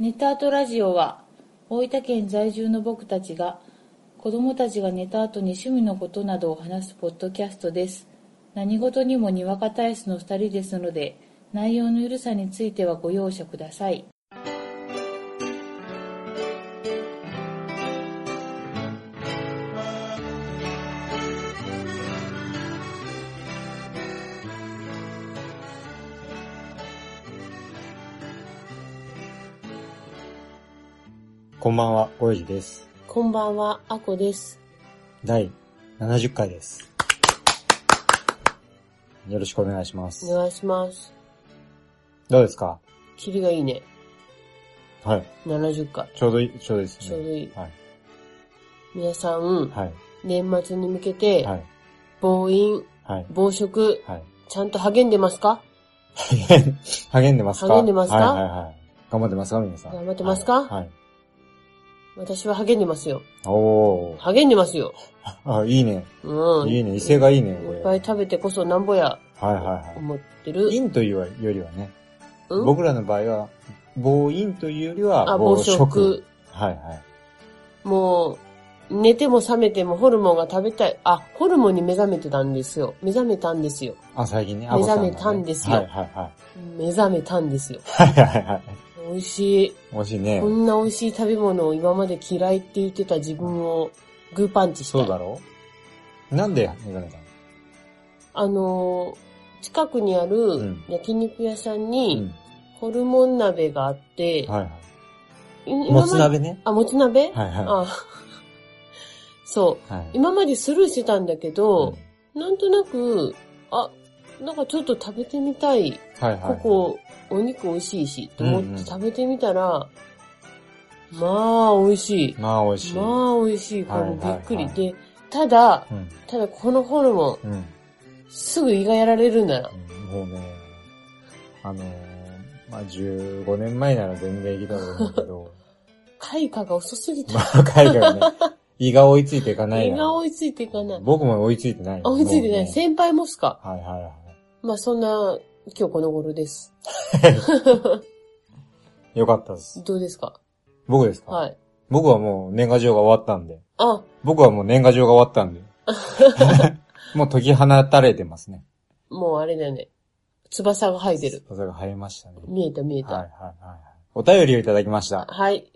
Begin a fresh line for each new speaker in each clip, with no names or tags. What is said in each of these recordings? ネタアートラジオは大分県在住の僕たちが子供たちが寝た後に趣味のことなどを話すポッドキャストです何事にもにわか体質の2人ですので内容の緩さについてはご容赦ください
こんばんは、ごえじです。
こんばんはあこです
第70回です。よろしくお願いします。
お願いします。
どうですか
キリがいいね。
はい。
70回。
ちょうどいい、ちょうどいいですね。
ちょうどいい
はい。
皆さん、
はい。
年末に向けて、
はい。
暴飲、
はい。
暴食、
はい。
ちゃんと励んでますか
励んでますか
励んでますか
はいはいはい。頑張ってますか皆さん。
頑張ってますか
はい。はい
私は励んでますよ。
おー。
励んでますよ。
あ、いいね。
うん。
いいね。威勢がいいね。こ
い
れ
っぱい食べてこそなんぼや、
はいはい
思って
は
る
い。。陰というよりはね、
うん
僕らの場合は、暴飲というより
あ、
は、
暴食。。
はいはい。
もう、寝ても覚めてもホルモンが食べたい。あ、ホルモンに目覚めてたんですよ。目覚めたんですよ。
あ、最近ね、あこさがね
目覚めたんですよ
はいはいはい。
目覚めたんですよ。
はいはいはい。
美味しい。
もしね
こ、んな美味しい食べ物を今まで嫌いって言ってた自分をグーパンチしたい。
そうだろうなんで目覚めたの
あのー近くにある
ん
焼肉屋さん
う
に
ん。
ホルモン鍋があって、
はいは
今ま
い。
で
もつ鍋ね。
あ、もつ鍋、
はいは
あ そう。
い。はい。
今までスルーしてたんだけど
うん、
なんとなく、あ、なんかちょっと食べてみたい。
はいはい。
ここ、お肉美味しいし、と
うん
思
う
っ
ん
て食べてみたら、まあ、美味しい。
まあ美味しい。
まあ、美味しい。こ
はい
れ
はい
び
はい
っくり。で、ただ、
うん。
ただこのホルモン、
うん。
すぐ胃がやられるんだよ。
もうね、あのー、まあ15年前なら全然いけたと思うんだけ ど、
開花が遅すぎた
ま。あ海外ね、胃が追いついていかない
胃
な
が追いついていかない。
僕も追いついてない。
あ追いついてない。
もうね
先輩もっすか
はいはいは
まあそんな、今日この頃です。
い。よかったです。
どうですか
僕ですか
はい。
僕はもう年賀状が終わったんで。
あ、
僕はもう年賀状が終わったんで。 もう解き放たれてますね。
もうあれだよね。翼が生えてる。
技が生えましたね。
見えた見え
はいはい
た。
はいはい。お便りをいただきました。
はい。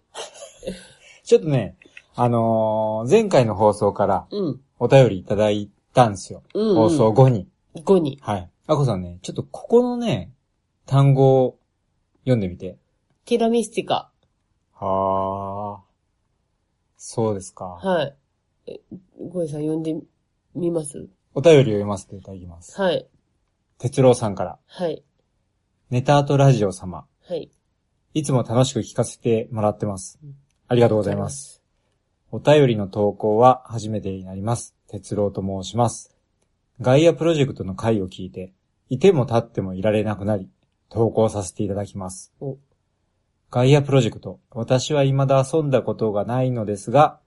ちょっとね、あのー前回の放送から
うん。
お便りいただいたんですよ。
うん、うん。
放送後に。
後に。
はい。あこさんね、ちょっとここのね、単語を読んでみて。
ティラミスティカ。
はあ。そうですか。
はい。えゴイさん呼んでみます
お便りを読ませていただきます。
はい。
哲郎さんから。
はい。
ネタアートラジオ様。
はい。
いつも楽しく聞かせてもらってます
うん。
ありがとうございます。お便りの投稿は初めてになります。哲郎と申します。ガイアプロジェクトの回を聞いて、いても立ってもいられなくなり、投稿させていただきます
お。
ガイアプロジェクト、私は未だ遊んだことがないのですが、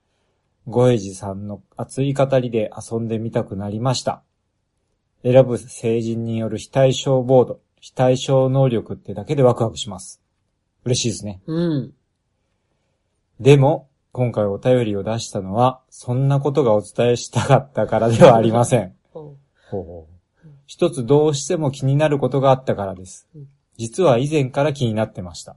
ゴエジさんの熱い語りで遊んでみたくなりました。選ぶ成人による非対称ボード、非対称能力ってだけでワクワクします。嬉しいですね。
うん。
でも、今回お便りを出したのは、そんなことがお伝えしたかったからではありません。
うん
ほうほう一つどうしても気になることがあったからです
うん。
実は以前から気になってました。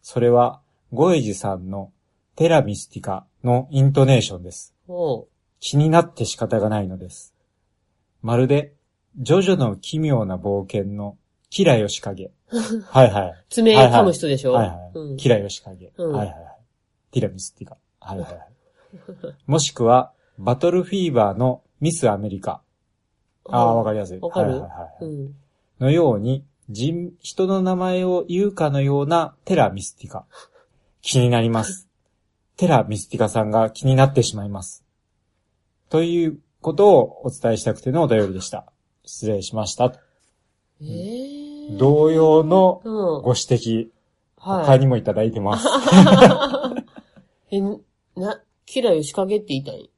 それは、ゴエジさんのテラミスティカのイントネーションです。
おう。
気になって仕方がないのです。まるで、ジョジョの奇妙な冒険のキラヨシ カゲ。はいはい。
爪噛む人でしょ
はいはい。
うん。
キラヨシカゲ。
うん
はいはいはい。ティラミスティカ。はいはいはい。もしくは、バトルフィーバーのミスアメリカ。ああ、わかりやすい。
わかる
はいはいはい
うん。
のように、人、人の名前を言うかのようなテラミスティカ。気にな ります。テラミスティカさんが気になってしまいます。ということをお伝えしたくてのお便りでした。失礼しました。
えー。
同様の
うん。
ご指摘、
は
他
い。
にもいただい てます。
え、な、キラヨシカゲって言いたい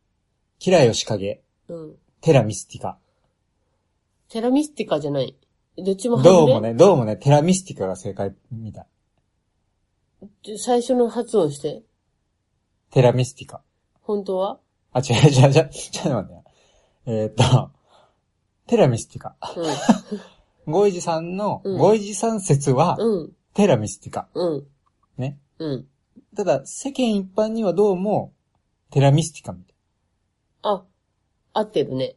キラヨシカゲ。
うん。
テラミスティカ。
テラミスティカじゃない。どっちも外れ
どうもね、どうもね、テラミスティカが正解みたい。
ちょ最初の発音して。
テラミスティカ。
本当は
あ、違う違う違う、ちょっと待ってね。えーっと、テラミスティカ。ゴイジさんの、
うん
ゴイジさん説は、
うん。うん。
テラミスティカ。
うん。
ね。
うん。
ただ、世間一般にはどうも、テラミスティカみたい。
あ、合ってるね。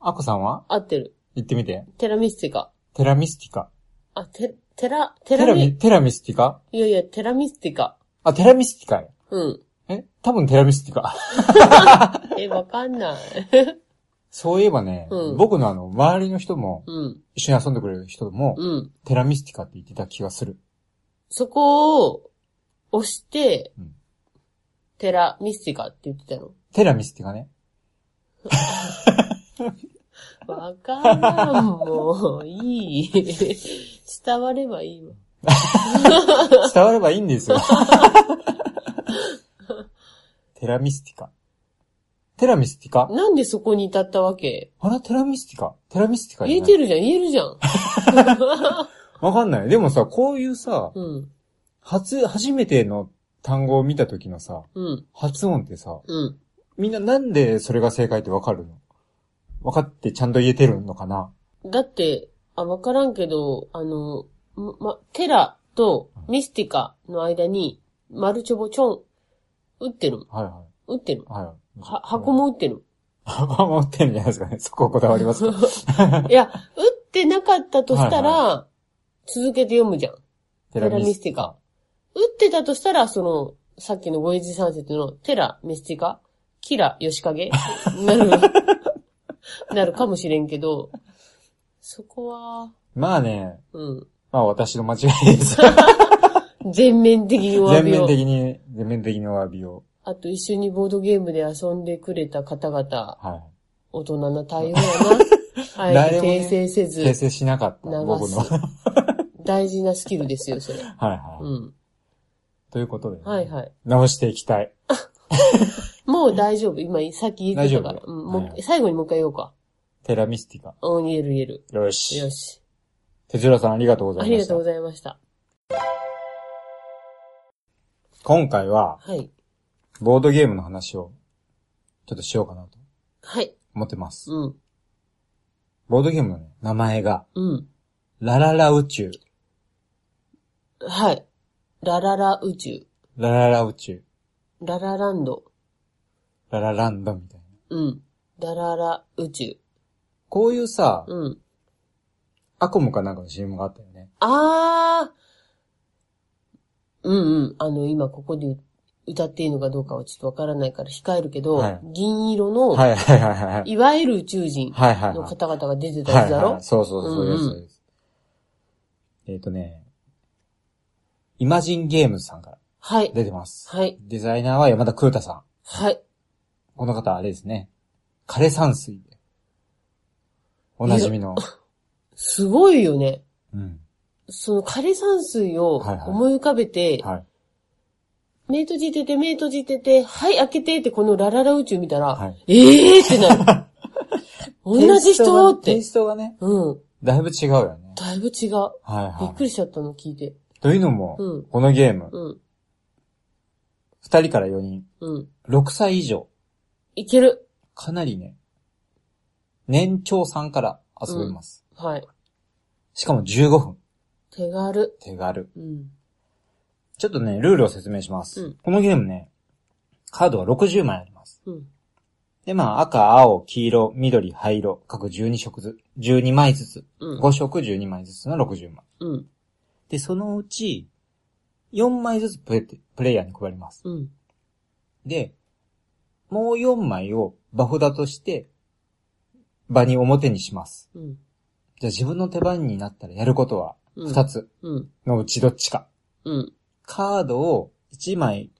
アコさんは
合ってる。
言ってみて。
テラミスティカ。
テラミスティカ。
あ、テ、テラ、テ
テ
ラ
ラ
ミ、
ミ、テラミスティカ
いやいや、テラミスティカ。
あ、テラミスティカや。
うん。
え多分テラミスティカ。
え、わかんない。
そういえばね、
うん
僕のあの、周りの人も、
うん。
一緒に遊んでくれる人も、
うん。
テラミスティカって言ってた気がする。
そこを押して、
うん
テラミスティカって言ってたの。
テラミスティ カね。
わからん、もう。い い。伝わればいいわ。
伝わればいいんで すよ。テラミスティカ。テラミスティカ
なんでそこに至ったわけ
あら、テラミスティカテラミスティカじゃ
言え
ない
てるじゃん、言えるじゃん。
わかんない。でもさ、こういうさ、
うん。
初、初めての単語を見た時のさ、
うん。
発音ってさ、
うん。
みんななんでそれが正解ってわかるのわかってちゃんと言えてるのかな
だって、あ、わからんけど、あの、まま、テラとミスティカの間に、マルチョボチョン、打ってる。
はいは
打ってる。
い。はい。
は、箱。も打ってる。
箱も売ってるんじゃないですかね。そここだわります か。
いや、打ってなかったとしたら、続けて読むじゃん。テ
テ
ラミスティカ。。打ってたとしたら、その、さっきのごイジ三節のテラ、ミスティカ、キラ、ヨシカ ゲ、なる、なるかもしれんけど、そこは、
まあね、
うん。
まあ私の間違いです。
全面的にお詫
全
び
面
を。
的に、全面的にお詫びを。
あと一緒にボードゲームで遊んでくれた方々、
は
大人な対応や な。あえ
誰
て
もね
訂正せ
い。
ず、
訂正しなかった、
流す
僕の。 はい
大事なスキルですよ、それ。
はい。
うん。
ということでね、
はいはい。
直していきたい。
もう大丈夫。今、さっき言ってたから
大。
う
丈夫
ん、もう、
はい
最後にもう一回言おうか。
テラミスティカ。
うん、言える言える。
よし。
よし。
手順さんありがとうござ
あ
いま
りが
した
とう。ございました。
今回は、
はい。
ボードゲームの話を、ちょっとしようかなと
はい。
思ってます。
うん。
ボードゲームの、ね、名前が、
うん。
ラララ宇宙。
はい。ラララ宇宙。
ラララ宇宙。
ララランド。
ララランドみたいな。
うん。ラララ宇宙。
こういうさ、
うん。
アコムかなんかの CM があったよね。
あー。うんうん。あの、今ここで歌っていいのかどうかはちょっとわからないから控えるけど、
はい
銀色の、
はい
い、
はいはいはい。はい
わゆる宇宙人
はいはい。
の方々が出てた
は
やつ
い
だろ、
はい。そうそうそう、そういうやつ
うんうん
そういうやつ。えっ、とね、イマジンゲームズさんから
はい。
出てます。
はい。
デザイナーは山田空太さん。
はい。
この方、あれですね。枯山水で。おなじみの。
すごいよね。
うん。
その枯山水を
はいはい
思い浮かべて、
はい。
目閉じてて、目閉じてて、はい、開けてって、このラララ宇宙見たら、
はい
ええーってな る。同じ人っ
テイ
て。
ストがね、
うん。
だいぶ違うよね。
だいぶ違う。びっ
はいは
く
い。
りしちゃったの聞いて。
というのも、
うん
このゲーム、
うん。
2人から4人、
うん。
6歳以上、
いける。
かなりね、年長さんから遊べます。
はい。
しかも15分。
手軽。
手軽。
うん。
ちょっとね、ルールを説明します。
うん
このゲームね、カードは60枚あります。
うん。
で、まあ、赤、青、黄色、緑、灰色、各12色ず、12枚ずつ。
うん。
5色12枚ずつの60枚。
うん。
で、そのうち、4枚ずつプレプレイヤーに配ります。
うん。
で、もう4枚を場札として、場に表にします。
うん。
じゃあ自分の手番になったらやることは
うん。
2。つ
うん。
のうちどっちか。
うん。
カードを1枚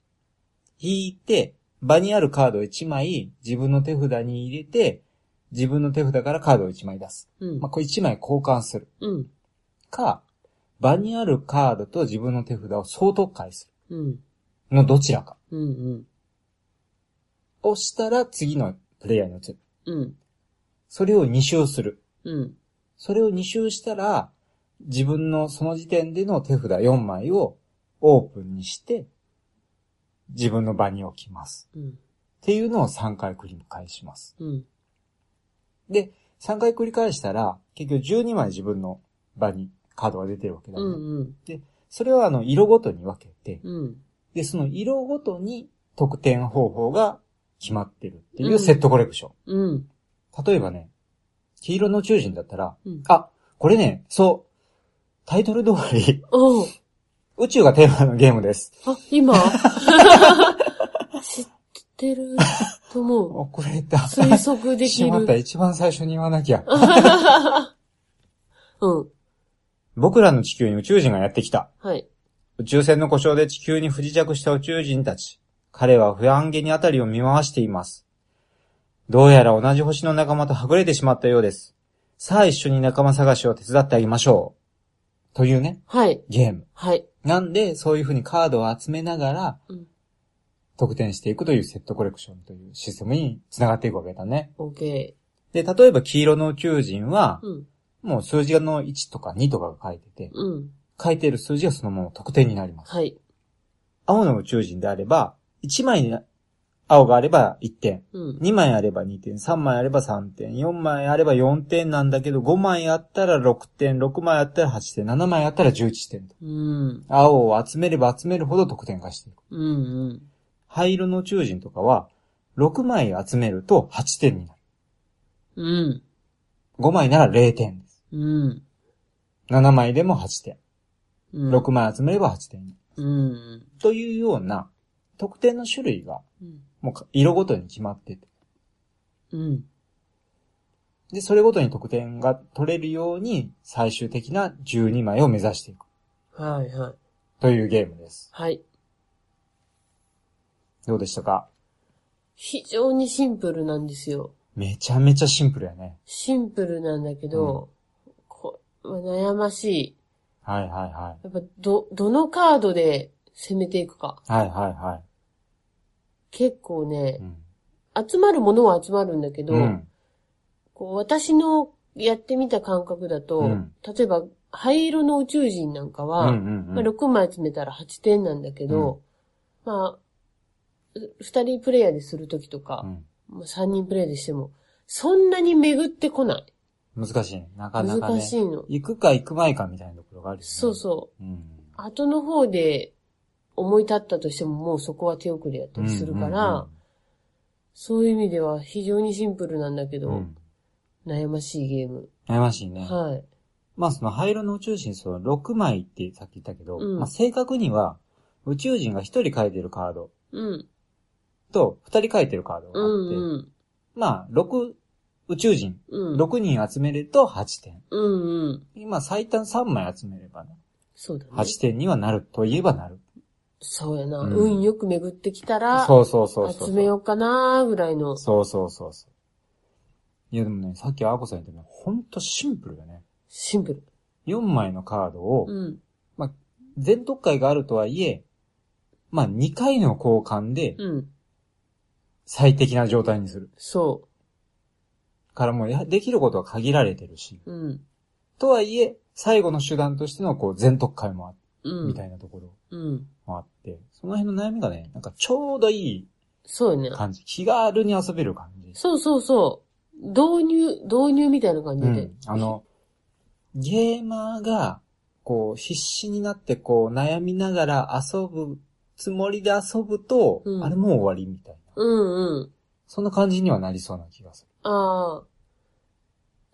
引いて、場にあるカードを1枚自分の手札に入れて、自分の手札からカードを1枚出す。
うん
まあ、。これ1枚交換する。
うん。
か、場にあるカードと自分の手札を相当解す
うん。
る。のどちらか。
うん。
をしたら次のプレイヤーに移る。
うん。
それを2周する。
うん。
それを2周したら、自分のその時点での手札4枚をオープンにして、自分の場に置きます。
うん。
っていうのを3回繰り返します。
うん。
で、3回繰り返したら、結局12枚自分の場にカードが出てるわけだ
う
ね。
ん。うん。
それはあの、色ごとに分けて、
うん。
で、その色ごとに得点方法が決まってるっていううんセットコレクション。
うん。
例えばね、黄色の宇宙人だったら、
うん
あ、これね、そう、タイトル通り、
おう
宇宙がテーマのゲームです。
あ、今知ってると思う。
遅れた。
推測でき
しまった、
る。
一番最初に言わなきゃ。
うん。
僕らの地球に宇宙人がやってきた。
はい。
宇宙船の故障で地球に不時着した宇宙人たち。彼は不安げにあたりを見回しています。どうやら同じ星の仲間とはぐれてしまったようです。さあ一緒に仲間探しを手伝ってあげましょう。というね、
はい。
ゲーム。
はい。
なんで、そういう風にカードを集めながら
うん、
得点していくというセットコレクションというシステムに繋がっていくわけだね。
オッケ
で、例えば黄色の宇宙人は
ー。、うん。
もう数字の1とか2とかが書いてて、
うん。
書いている数字がそのまま得点になります。
はい。
青の宇宙人であれば、1枚に青があれば1点、
うん。
2枚あれば2点、3枚あれば3点、4枚あれば4点なんだけど、5枚あったら6点、6枚あったら8点、7枚あったら11点と。
うん。
青を集めれば集めるほど得点化していく。
うん。うん。
灰色の宇宙人とかは、6枚集めると8点になる。
うん。
5枚なら0点です。
うん。
7枚でも8点。
うん。
6枚集めれば8点になる。
うん。
というような、得点の種類が、
うん。
もうか色ごとに決まってて、
うん。
で、それごとに得点が取れるように、最終的な12枚を目指していく。
はいはい。
というゲームです。
はい。
どうでしたか
非常にシンプルなんですよ。
めちゃめちゃシンプルやね。
シンプルなんだけど、こまあ悩ましい。
はいはいは
やっぱ、ど、どのカードで攻めていくか。
い。はいはいは
結構ね
い。う、ん。
集まるものは集まるんだけど、
うん。
こう私のやってみた感覚だと、
うん
例えば、灰色の宇宙人なんか
うん
は、
うん
まあ、
うん。
6枚集めたら8点なんだけど、まあ、う2人プレイヤーでするときとか、まあ3人プレイでしても、そんなに巡ってこない。
うん難しいね。なかなか
難
ね。
しいの。
行くか行くまいかみたいなところがあるよね。
そうそう。
う。うん。
後の方で思い立ったとしてももうそこは手遅れやったりするから、そういう意味では非常にシンプルなんだけ
う
ど、
ん、うんうん。
悩ましいゲーム。
悩ましいね。
はい。
まあその灰色の宇宙人、その6枚ってさっき言ったけど、
うん
まあ正確には宇宙人が1人書いてるカード
うん。
と2人書いてるカードが
う
あって、
ん
まあ6、宇宙人、
うん。うん。
6人集めると8点。
うんうん。
今最短3枚集めればね、
そうだね。
8点にはなるといえばなる。
そうやな。
うん
運よく巡ってきたら、
そうそうそうそう。
集めようかなぐらいの。
そうそうそうそう。いやでもね、さっきあーこさん言ったけど、ほんとシンプルだね。
シンプル。
4枚のカードを、
うん。
全特会があるとはいえ、まあ2回の交換で
うん。
最適な状態にする。
そ
からもうやできることは限られてるし。
う。うん。
とはいえ、最後の手段としてのこう全特会もあ
うん。
みたいなところ
うん。
もあって、その辺の悩みがね、なんかちょうどいい
そうやね。
感じ。気軽に遊べる感じ。
そうそうそう。導入、導入みたいな感
う
じで。
ん。あの、ゲーマーが、こう、必死になって、こう、悩みながら遊ぶつもりで遊ぶと、
うん
あれもう終わりみたいな。
うんうん。
そんな感じにはなりそうな気がす
ああ。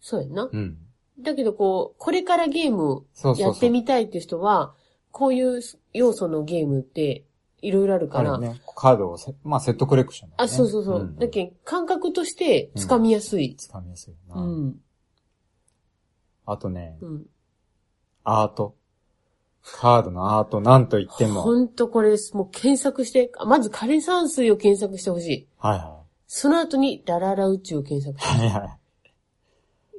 そうやんな。
る。うん。
だけどこう、これからゲーム
そうそうそう。
やってみたいっていう人は、こういう要素のゲームっていろいろあるか
あ
ら。
るね。カードをせ、まあ、セットコレクションだ
あ、
よね。
そうそうそう。
ん
だけど感覚として掴みやすい。
つかみやすいよな。
うん。
あとね、
うん。
アート。カードのアート、なんと言っても。
ほんとこれです。もう検索して、あまず枯山水を検索してほしい。
はいは
その後に、ラララ宇宙を検索し
い。はいはい。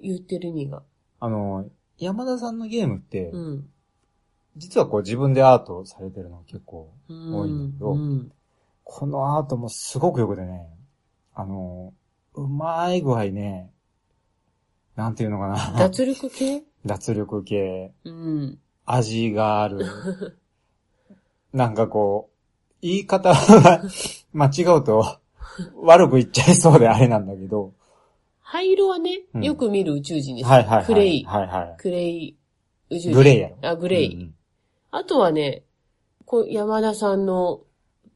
言ってる意味が。
あの、山田さんのゲームって、
うん。
実はこう自分でアートされてるの結構
うん。
多いんだけど
うん。
このアートもすごくよくてね、あの、うまい具合ね、なんていうのかな。
脱力系
脱力系、
うん。
味がある。なんかこう、言い方は 間違うと悪く言っちゃいそうであれなんだけど。
灰色はね
う、ん
よく見る宇宙人です。
はいはいはい。
クレイ。
はいは
クレイ宇宙
い。
人。
グレイやろ。
あ、グ
グ
レイ。あとはね、こう山田さんの、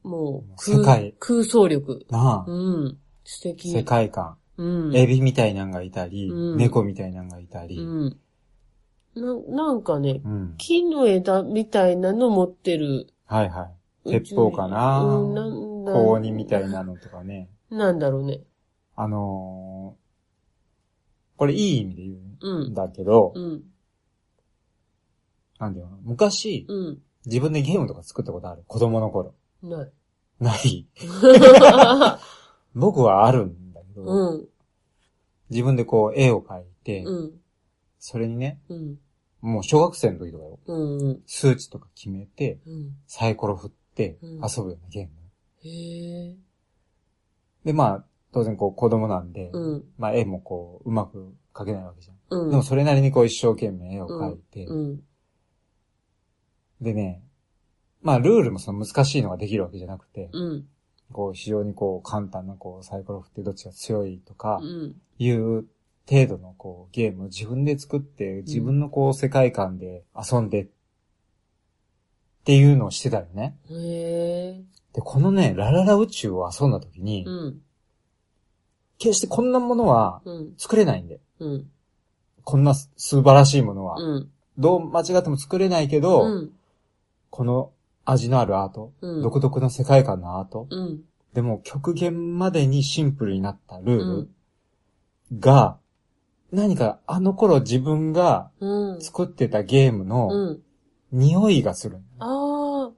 もう空
世界
空想力。
なあ、
うん。素敵。
世界観。
うん。
エビみたいなんがいたり、
うん
猫みたいなんがいたり。
うん。な、なんかね、
うん。
木の枝みたいなの持ってる。
はいはい。
宇宙
鉄砲かな
うん、なんだ
高鬼みたい。なのとかね。
なんだろうね。
あのー、これいい意味で言
う
うん
ん。
だけど、
うん。
なんていうの昔、
うん。
自分でゲームとか作ったことある子供の頃。
ない。
ない。僕はあるんだけど、
うん。
自分でこう絵を描いて、
うん。
それにね、
うん。
もう小学生の時とかよ、
うん。うん
数値とか決めて、
うん。
サイコロ振って
うん
遊ぶようなゲーム。
へえ。
で、まあ、当然こう子供なんで、
うん。
まあ絵もこううまく描けないわけじゃん。
うん。
でもそれなりにこう一生懸命絵を描いて、
うん。
でね、まあルールもその難しいのができるわけじゃなくて、
うん。
こう非常にこう簡単なこうサイコロ振ってどっちが強いとか
う、ん。
いう程度のこうゲームを自分で作って、自分のこう世界観で遊んでっていうのをしてたよね。
へえ。
で、このね、ラララ宇宙を遊んだ時に、
うん。
決してこんなものは
うん。
作れないんで。
うん。
こんな素素晴らしいものは、
うん。
どう間違っても作れないけど、
うん。
この味のあるアート、
うん
独特の世界観のアート、
うん。
でも極限までにシンプルになったル
う
ー
ん。
ルが、何かあの頃自分が
うん。
作ってたゲームの
うん。
匂いがする。
ああ。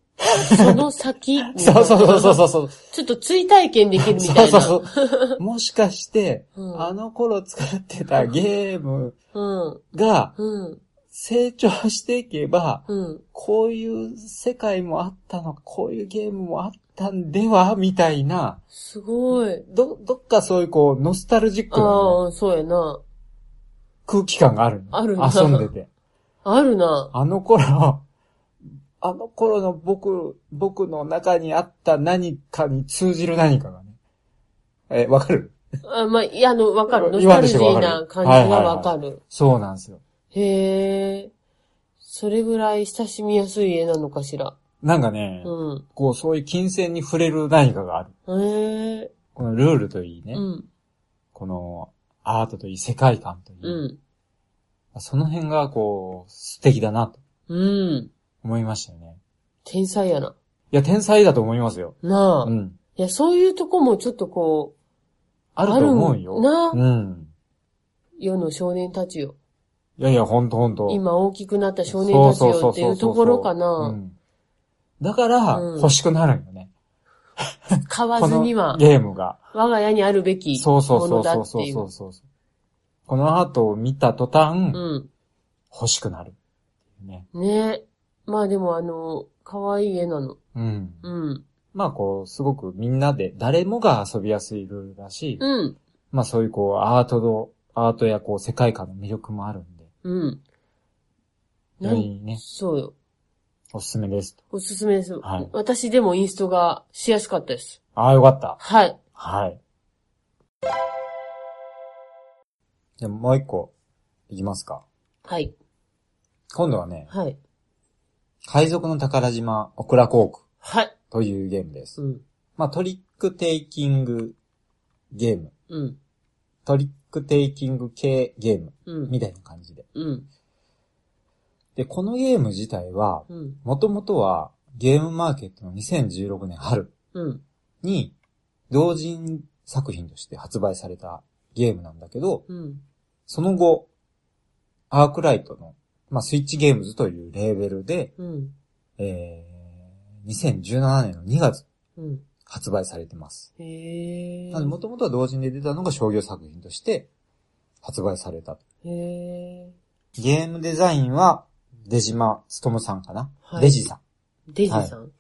その先。
そうそうそうそうそう。
ちょっと追体験できるみ
そ
た
う
いな。
そ うそう。もしかして、
うん
あの頃作ってたゲーム
うん。
が
うん。
成長していけば、
うん。
こういう世界もあったのか、こういうゲームもあったんではみたいな、
すごい。
ど、どっかそういうこう、ノスタルジックなね、
ああ、そうやな。
空気感があるの。
あるな
遊んでて。
あるな。
あの頃、あの頃の僕、僕の中にあった何かに通じる何かがね。え、わかる
あまあ、いや、あの、わかる。ノス
言
タ
わん
ル
と
ジ
して
ー
もわかる
な感じがわかる。
そうなんですよ。
へえ。それぐらい親しみやすい絵なのかしら。
なんかね、
うん。
こう、そういう金銭に触れる何かがある。
へえ。
このルールといいね、
うん。
このアートといい世界観といい、
うん。
その辺がこう、素敵だなと
うん。
思いましたよね。
天才やな。
いや、天才だと思いますよ。
なあ。
うん。
いや、そういうとこもちょっとこう、
あると思うよ。
あるな
うん。
世の少年たちよ。
いやいや、ほんとほんと。
今大きくなった少年たちよっていうところか
う
な。
んだから、
うん
欲しくなるんよね。
買わ
こ
ず
の
には、
ゲームが。
我が家にあるべき
そうそう
も
そ
の
う
だ
そう
って
そう
い
そう
う。
そう。このアートを見た途端、
うん。
欲しくなる。ね。
ねえ。まあでもあの、可愛い絵なの。
うん。
うん。
まあこう、すごくみんなで、誰もが遊びやすいルールだし、
うん。
まあそういうこう、アートの、アートやこう、世界観の魅力もあるんで、
うん。
よりね、
そうよ。
おすすめですと。
おすすめです。
はい
私でもインストがしやすかったです。
ああ、よかった。
はい。
はい。じゃあもう一個、いきますか。
はい。
今度はね、
はい。
海賊の宝島オクラコーク
はい。
というゲームです。
うん。
まあトリックテイキングゲーム、
うん。
トリックテイキング系ゲーム
うん
み。たいな感じで。
うん。
で、このゲーム自体は、
うん。
もともとはゲームマーケットの2016年春
うん。
に同人作品として発売されたゲームなんだけど、
うん。
その後、アークライトの、まあ、スイッチゲームズというレーベルで、
うん。
えー、2017年の2月
うん。
発売されてます。
へえ。
なので、もともとは同時に出たのが商業作品として発売された。
へえ。
ゲームデザインは、出島勉さんかな、
はい
デジさん。
デジさん。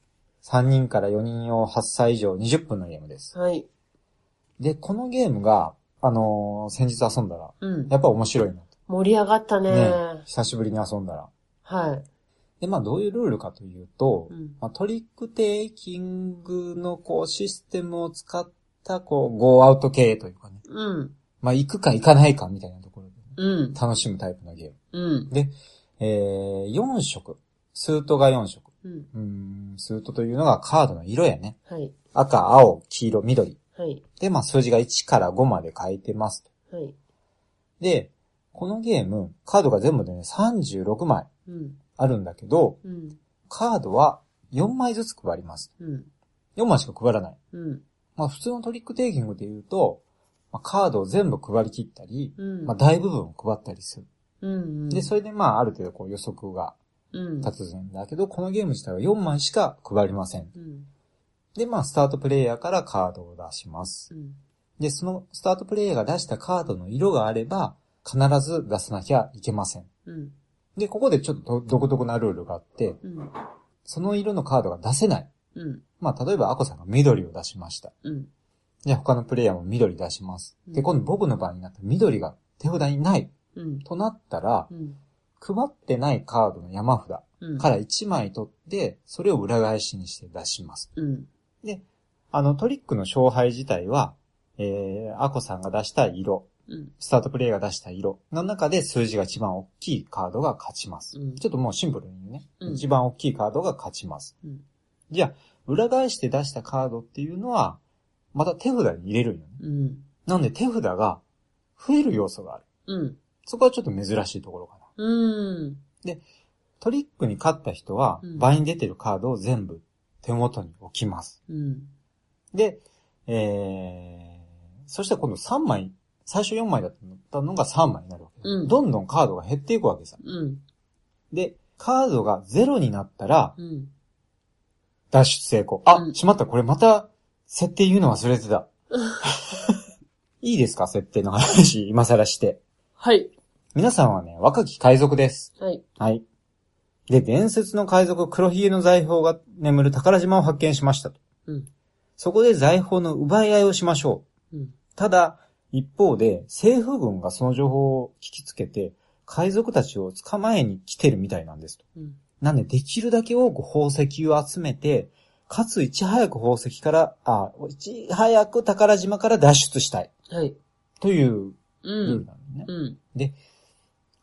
3人から4人用8歳以上20分のゲームです。
はい。
で、このゲームが、あのー先日遊んだら、
うん
や。っぱ面白いなと。
盛り上がったね。
久しぶりに遊んだら。
はい。
で、まあどういうルールかというと、
うん
まあ、トリックテイキングのこうシステムを使ったこうゴーアウト系というかね、
うん。
まあ行くか行かないかみたいなところで、
うん。
楽しむタイプのゲーム。
うん。
えー、4色。スートが4色。
うん。
うーん、スートというのがカードの色やね。
はい。
赤、青、黄色、緑。
はい。
で、まあ数字が1から5まで書いてますと。
はい。
で、このゲーム、カードが全部でね、36枚
うん。
あるんだけど、
うん。
カードは4枚ずつ配ります。
うん。
4枚しか配らない。
うん。
まあ普通のトリックテイキングで言うと、まあ、カードを全部配り切ったり、
うん。
まあ大部分を配ったりする。
うん。
で、それでまあある程度こう予測が
うん。
立つんだけど、このゲーム自体は4枚しか配りません。
うん。
で、まあスタートプレイヤーからカードを出します
う。ん。
で、そのスタートプレイヤーが出したカードの色があれば、必ず出さなきゃいけません。
うん。
で、ここでちょっと独特なルールがあって、
うん。
その色のカードが出せない。
うん。
まあ、例えば、アコさんが緑を出しました。
うん。
で、他のプレイヤーも緑出します。
うん
で、今度僕の番になって緑が手札にない
うん。
となったら、
うん。
配ってないカードの山札
うん。
から1枚取って、それを裏返しにして出します。
うん。
あの、トリックの勝敗自体は、えー、アコさんが出した色、
うん。
スタートプレイヤーが出した色の中で数字が一番大きいカードが勝ちます。
うん
ちょっともうシンプルにね、
うん
一番大きいカードが勝ちます。
うん
じゃあ、裏返して出したカードっていうのは、また手札に入れるんよね。
うん。
なんで手札が増える要素がある。
うん。
そこはちょっと珍しいところかな。
うん。
トリックに勝った人は
う、ん
場に出てるカードを全部手元に置きます。
うん。
で、えー、そして今度3枚、最初4枚だったのが3枚になるわけ。
うん
どんどんカードが減っていくわけさ。
うん。
で、カードが0になったら、
うん。
脱出成功。あ、
うん
しまった、これまた、設定言うの忘れて た。いいですか、設定の話、今更して。
はい。
皆さんはね、若き海賊です。
はい。
はい。で、伝説の海賊、黒ひげの財宝が眠る宝島を発見しましたと。
うん。
そこで財宝の奪い合いをしましょう。
うん。
ただ、一方で、政府軍がその情報を聞きつけて、海賊たちを捕まえに来てるみたいなんですと。
うん。
なんで、できるだけ多く宝石を集めて、かついち早く宝石から、あ、いち早く宝島から脱出したい。
はい。
という
う
ルール
ん。
なのね。
うん。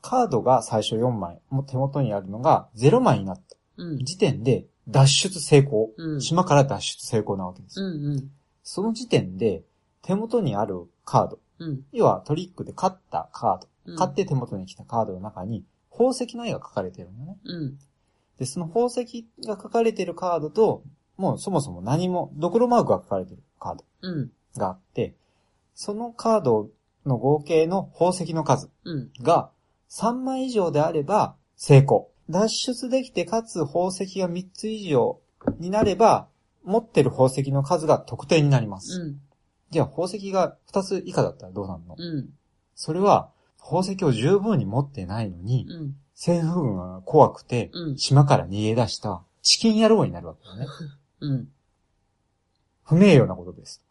カードが最初4枚、もう手元にあるのが0枚になった
うん。
時点で脱出成功。
うん
島から脱出成功なわけです。
うん。うん。
その時点で、手元にあるカード、
うん。
要はトリックで勝ったカード、
うん
買って手元に来たカードの中に宝石の絵が描かれてるのね。
うん。
で、その宝石が描かれてるカードと、もうそもそも何も、ドクロマークが描かれてるカード
うん。
があって、そのカードの合計の宝石の数
うん。
が3枚以上であれば成功。脱出できてかつ宝石が3つ以上になれば、持ってる宝石の数が得点になります。
うん。
じゃあ宝石が2つ以下だったらどうなるの
うん。
それは、宝石を十分に持ってないのに、
うん。
政府軍が怖くて、
うん。
島から逃げ出したチキン野郎になるわけだね。
うん。
不名誉なことです。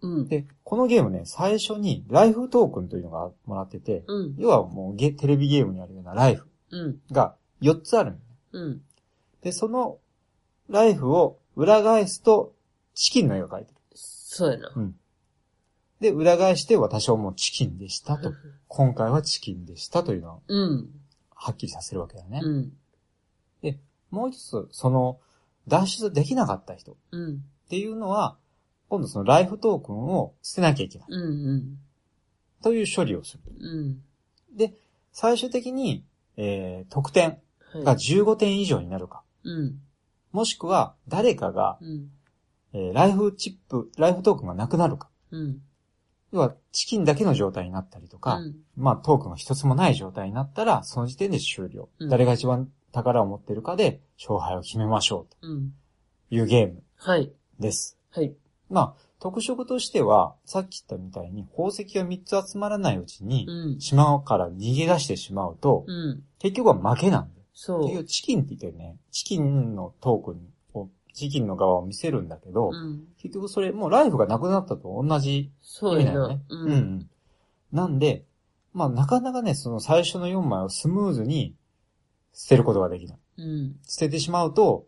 うん。
で、このゲームね、最初にライフトークンというのがもらってて、
うん。
要はもうゲテレビゲームにあるようなライフ
うん。
が4つあるの
うん。
で、そのライフを裏返すとチキンの絵が描いてる。
そうやな。
で、裏返して私はもうチキンでしたと。今回はチキンでしたというのを
うん。
はっきりさせるわけだね。
うん。
もう一つ、その、脱出できなかった人っ
うん。
ていうのは、今度そのライフトークンを捨てなきゃいけない。
うん。うん。
という処理をする。
うん。
最終的に、えー、得点
は
が
い。
15点以上になるか。
うん。
もしくは、誰かが、
うん。
えー、ライフチップ、ライフトークンがなくなるか。
うん。
要は、チキンだけの状態になったりとか、
うん。
まあ、トークンが一つもない状態になったら、その時点で終了。
うん
誰が一番宝を持ってるかで、勝敗を決めましょう
うん。
というゲーム
はい。
です。
はい。
まあ、特色としては、さっき言ったみたいに宝石が3つ集まらないうちに
う、ん。
島から逃げ出してしまうと、
うん。
結局は負けなんだよ。
そ
結
う
局。チキンって言ったよね、チキンのトークンを、チキンの側を見せるんだけど、
うん。
結局それ、もうライフがなくなったと同じ意
そう
味
や
だよ
な
ね。。
う
うん
ん。
うんなんで、まあなかなかね、その最初の4枚をスムーズに捨てることができない。
うん。
捨ててしまうと、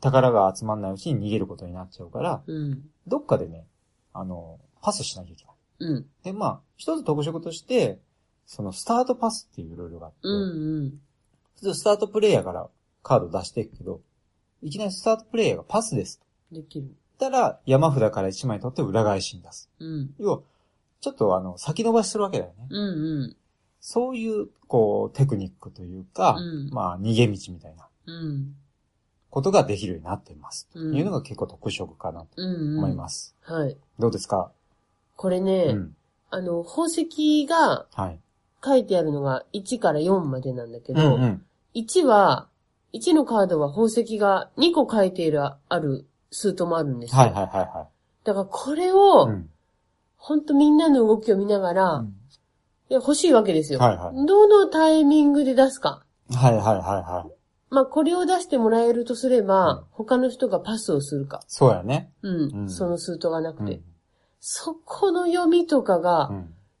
宝が集まんないうちに逃げることになっちゃうから、
うん。
どっかでね、あの、パスしなきゃいけない。
うん。
で、まあ、一つ特色として、そのスタートパスっていうルールがあって、
うん。うん。
普通スタートプレイヤーからカード出していくけど、いきなりスタートプレイヤーがパスです。
できる。
たら、山札から1枚取って裏返しに出す。
うん。
要は、ちょっとあの、先延ばしするわけだよね。
うん。うん。
そういう、こう、テクニックというか、
うん
まあ、逃げ道みたいな
うん。
ことができるようになってます。
うん
いうのが結構特色かなと
うん。。
思いますす。
はい。
どうですか
これね、
うん。
あの、宝石が
はい。
書いてあるのが1から4までなんだけ
う
ど、
んうん。
1は、1のカードは宝石が2個書いているあるスートもあるんですよ。
はいはいはいは
だからこれ
い。う
を、
ん。
ほんとみんなの動きを見ながら、
うん
いや欲しいわけですよ。
はいは
どのタイミングで出すか。
い。はいはいはいはい。
まあ、これを出してもらえるとすれば、
うん
他の人がパスをするか。
そうやね。
うん。
うん
そのスートがな
う
く
ん。
て。
うん。
そこの読みとか
面
が、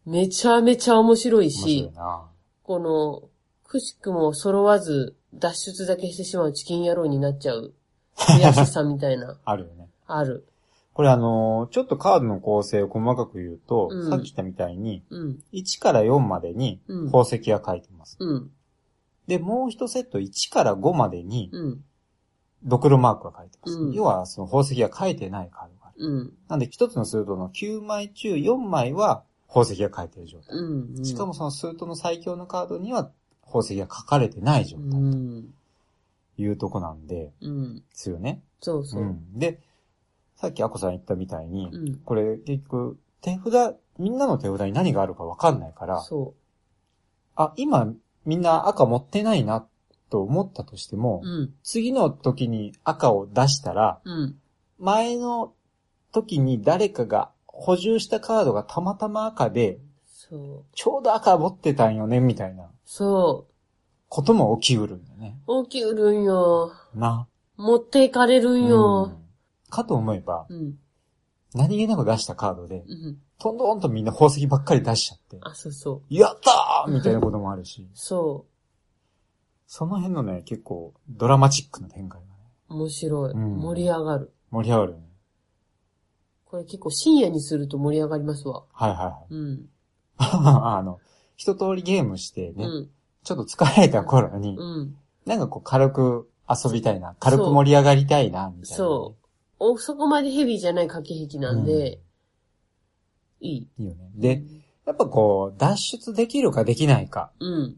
めちゃめちゃ面白い
白
し、
いな。
この、くしくも揃わず、脱出だけしてしまうチキン野郎になっちゃ う、悔しさみたいな、
あるよね。
ある。
これあのーちょっとカードの構成を細かく言うと、
うん
さっき言ったみたいに、
うん、
1から4までに
うん
宝石が書いてます。
うん、
で、もう一セット1から5までに、
うん、
ドクロマークが書いてます。
うん
要は、その宝石が書いてないカードがある。
うん、
なんで、一つのスートの9枚中4枚は宝石が書いてる状態。
うん。うん
しかも、そのスートの最強のカードには宝石が書かれてない状
う
態と
ん、
いうとこなんで、
うん。
すよね。
そうそうう。
ん。で、さっきアコさん言ったみたいに、
うん、
これ結局、手札、みんなの手札に何があるかわかんないから、
そ
あ、今みんな赤持ってないなと思ったとしても、
う。うん、
次の時に赤を出したら、
うん、
前の時に誰かが補充したカードがたまたま赤で、
そう。
ちょうど赤持ってたんよね、みたいな
そう。
ことも起きうるんだよね。
大きうるんよ。
な。
持っていかれるん
う
よ。
んかと思えば、
うん、
何気なく出したカードで、
うん。
とんどんとみんな宝石ばっかり出しちゃって、
あ、そうそう。、
やったーみたいなこともあるし
そ
その辺のね、結構ドラマチックな展開がね、
う。面白い。
うん
盛り上がる。
盛り上がるよね。
これ結構深夜にすると盛り上がりますわ。
はいはいはい。
うん、
あの、一通りゲームしてね、
うん、
ちょっと疲れた頃に、
うん。
なんかこう軽く遊びたいな、軽く盛り上がりたいな、みたいな。
そう。お、そこまでヘビーじゃない駆け引きなんで、いい。
う。いいよね。で、やっぱこう、脱出できるかできないか。
うん。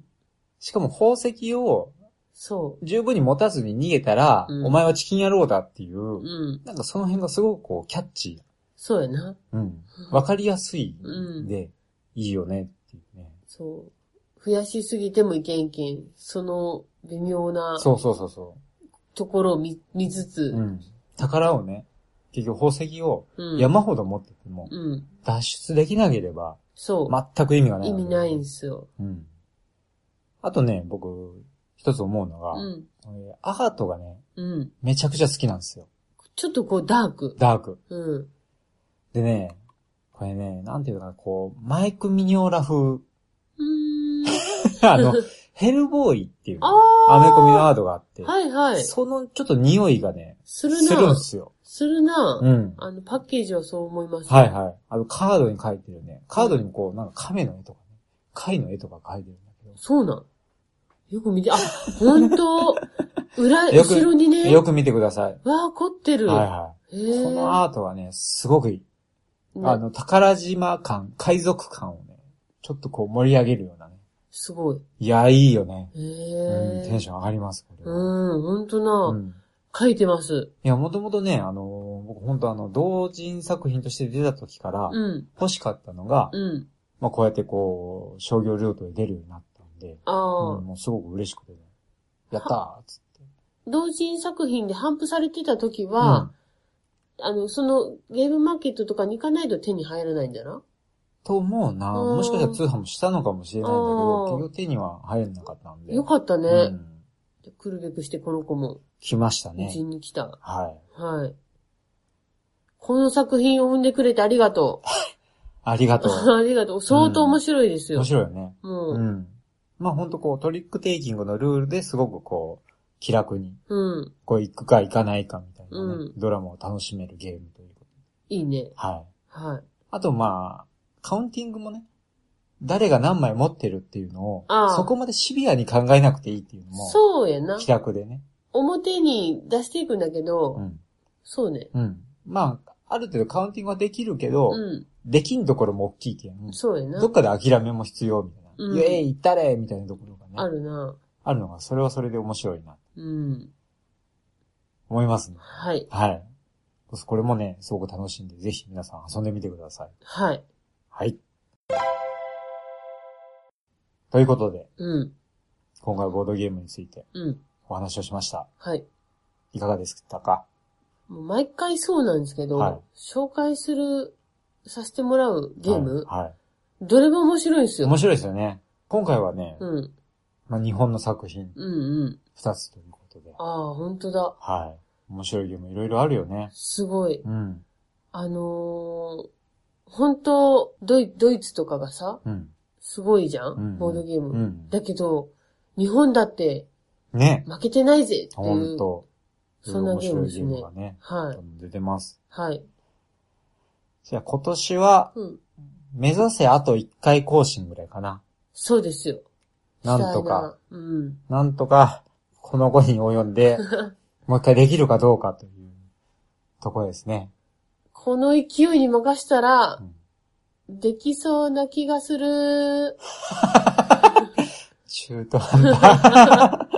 しかも宝石を
そ
十分に持たずに逃げたら、
うん
お前はチキン野郎だっていう、
う。うん。
なんかその辺がすごくこう、キャッチ
そうやな。
ー。うん。わかりやすい
うん
で、いいよねっていうね。
そう。増やしすぎてもいけんけん。その微妙な
そうそうそうそ
ところを見見つ
う。
つ
う、ん。宝をね、結局宝石を
うん。
山ほど持ってても、
うん。
脱出できなければ、
そう。
全く意味がない。。
意味ないんですすよ。
うん。あとね、僕、一つ思うのが、
うん。
えーアートがね、
うん。
めちゃくちゃ好きなんですよ。
ちょっとこうダーク。
ダーク。
うん。
でね、これね、なんていうかな、こう、マイク・ミニオラ風、
うーん。
あの、 ヘルボーイっていう、
あ
アメコミ
あ
のアートがあって、
はいはい。
そのちょっと匂いがね、
する
するん
な
で。すよ。
するな
う。ん。
あの、パッケージはそう思います。
はいはい。あの、カードに描いてるね。カードにもこう、なんか亀の絵とかね、貝の絵とか描いてるんだけど、
そうなん。よく見て、あ、本 当裏、
よく
後ろにね。
よく見てください。
わあ、凝ってる。
はいは
へ
い。
ー
このアートはね、すごくいい。
ね
あの、宝島感、海賊感をね、ちょっとこう盛り上げるようなね。
すごい。
いや、いいよね。
へ
うん、テン
え。
ション上がります、これ
う
は。
ん、ほんとな。
ん。
書いてます。
いや、もともとね、あのー僕本当あの、同人作品として出た時から
うん、
欲しかったのが、
うん。
まあこうやってこう、商業ルートで出るようになったんで、
あ
うん
あ。
もうすごく嬉しくてね、やったーっつって。
同人作品で頒布されてた時は、あの、その、ゲームマーケットとかに行かないと手に入らないんだな。
と思うな
うん
もしかしたら通販もしたのかもしれないんだけど、
うん
結局手には入らなかったんで。
よかった
う
ね。
ん。
来るべくしてこの子も、
来ました
う
ね
ち。に来た。
はい。
はい。この作品を生んでくれてありがと
ありがとう。
う。 ありがとう。相当面白いですよ。
面白いよね。
も
う
う、
ん。まあ本当こうトリックテイキングのルールですごくこう、気楽に、
うん。
こう行くか行かないかみたいなね、
うん
ドラマを楽しめるゲームということで。
いいね。
はい。
はい。
あとまあ、カウンティングもね、誰が何枚持ってるっていうのを
ああ、
そこまでシビアに考えなくていいっていうのも、
そうやな
気。楽でね。
表に出していくんだけど、
うん。
そうね。
うん。まあ、ある程度カウンティングはできるけど、
うん。
できんところも大きいけん。
そうやな
ど。っかで諦めも必要みたいな。
うん
イエーイ、行ったれみたいなところがね、
あるな。
あるのが、それはそれで面白いな、
うん。
思いますね。
はい。
はい。これもね、すごく楽しいんで、ぜひ皆さん遊んでみてください。
はい。
はい。ということで、
うん。
今回はボードゲームについて
うん。
お話をしました。
はい。
いかがでしたか
もう毎回そうなんですけど、
はい
紹介する、させてもらうゲーム、
はい、は
どれも面白いんです
い。
よ。
面白いですよね。今回はね、
うん。
まあ、日本の作品
うんうん。
2つということで、
ああ、本当だ。
はい。面白いゲームいろいろあるよね。
すごい。
うん。
あのー、本当ドイ、ドイツとかがさ、
うん。
すごいじゃん、
うん
ボードゲーム、
うん。
だけど、日本だって
ね。
負けてないぜって
ほ
い
ん
う。
と。
そんなゲームですね
面白いゲームがね、
は
ど
い。
んどん出てます。
はい。
じゃあ今年は、
うん。
目指せあと1回更新ぐらいかな。
そうですよ。
なんとか。
したいな。うん。
なんとか、この後に及 んで、もう一回できるかどうかというところですね。
この勢いに任したら
う、ん
できそうな気がする。
中途半 端。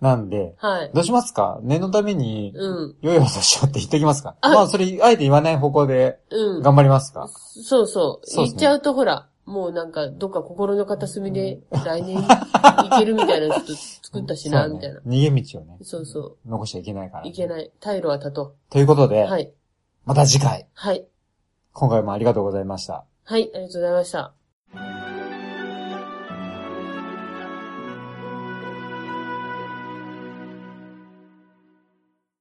なんで、
はい。
どうしますか念のために、
うん。
良いお年をって言ってきますか
あ
まあ、それ、あえて言わない方向で
うん。
頑張りますか、
そうそう。
そうっすね
言っちゃうとほら、もうなんか、どっか心の片隅で、来年行けるみたいなのちょっと作ったしな、
そうね
みたいな。
逃げ道をね、
そうそ
残しちゃいけないから、
う。いけ
い。
ない。退路は立と
ということで、
う。はい。
また次回、
はい。
今回もありがとうございました。
はい、ありがとうございました。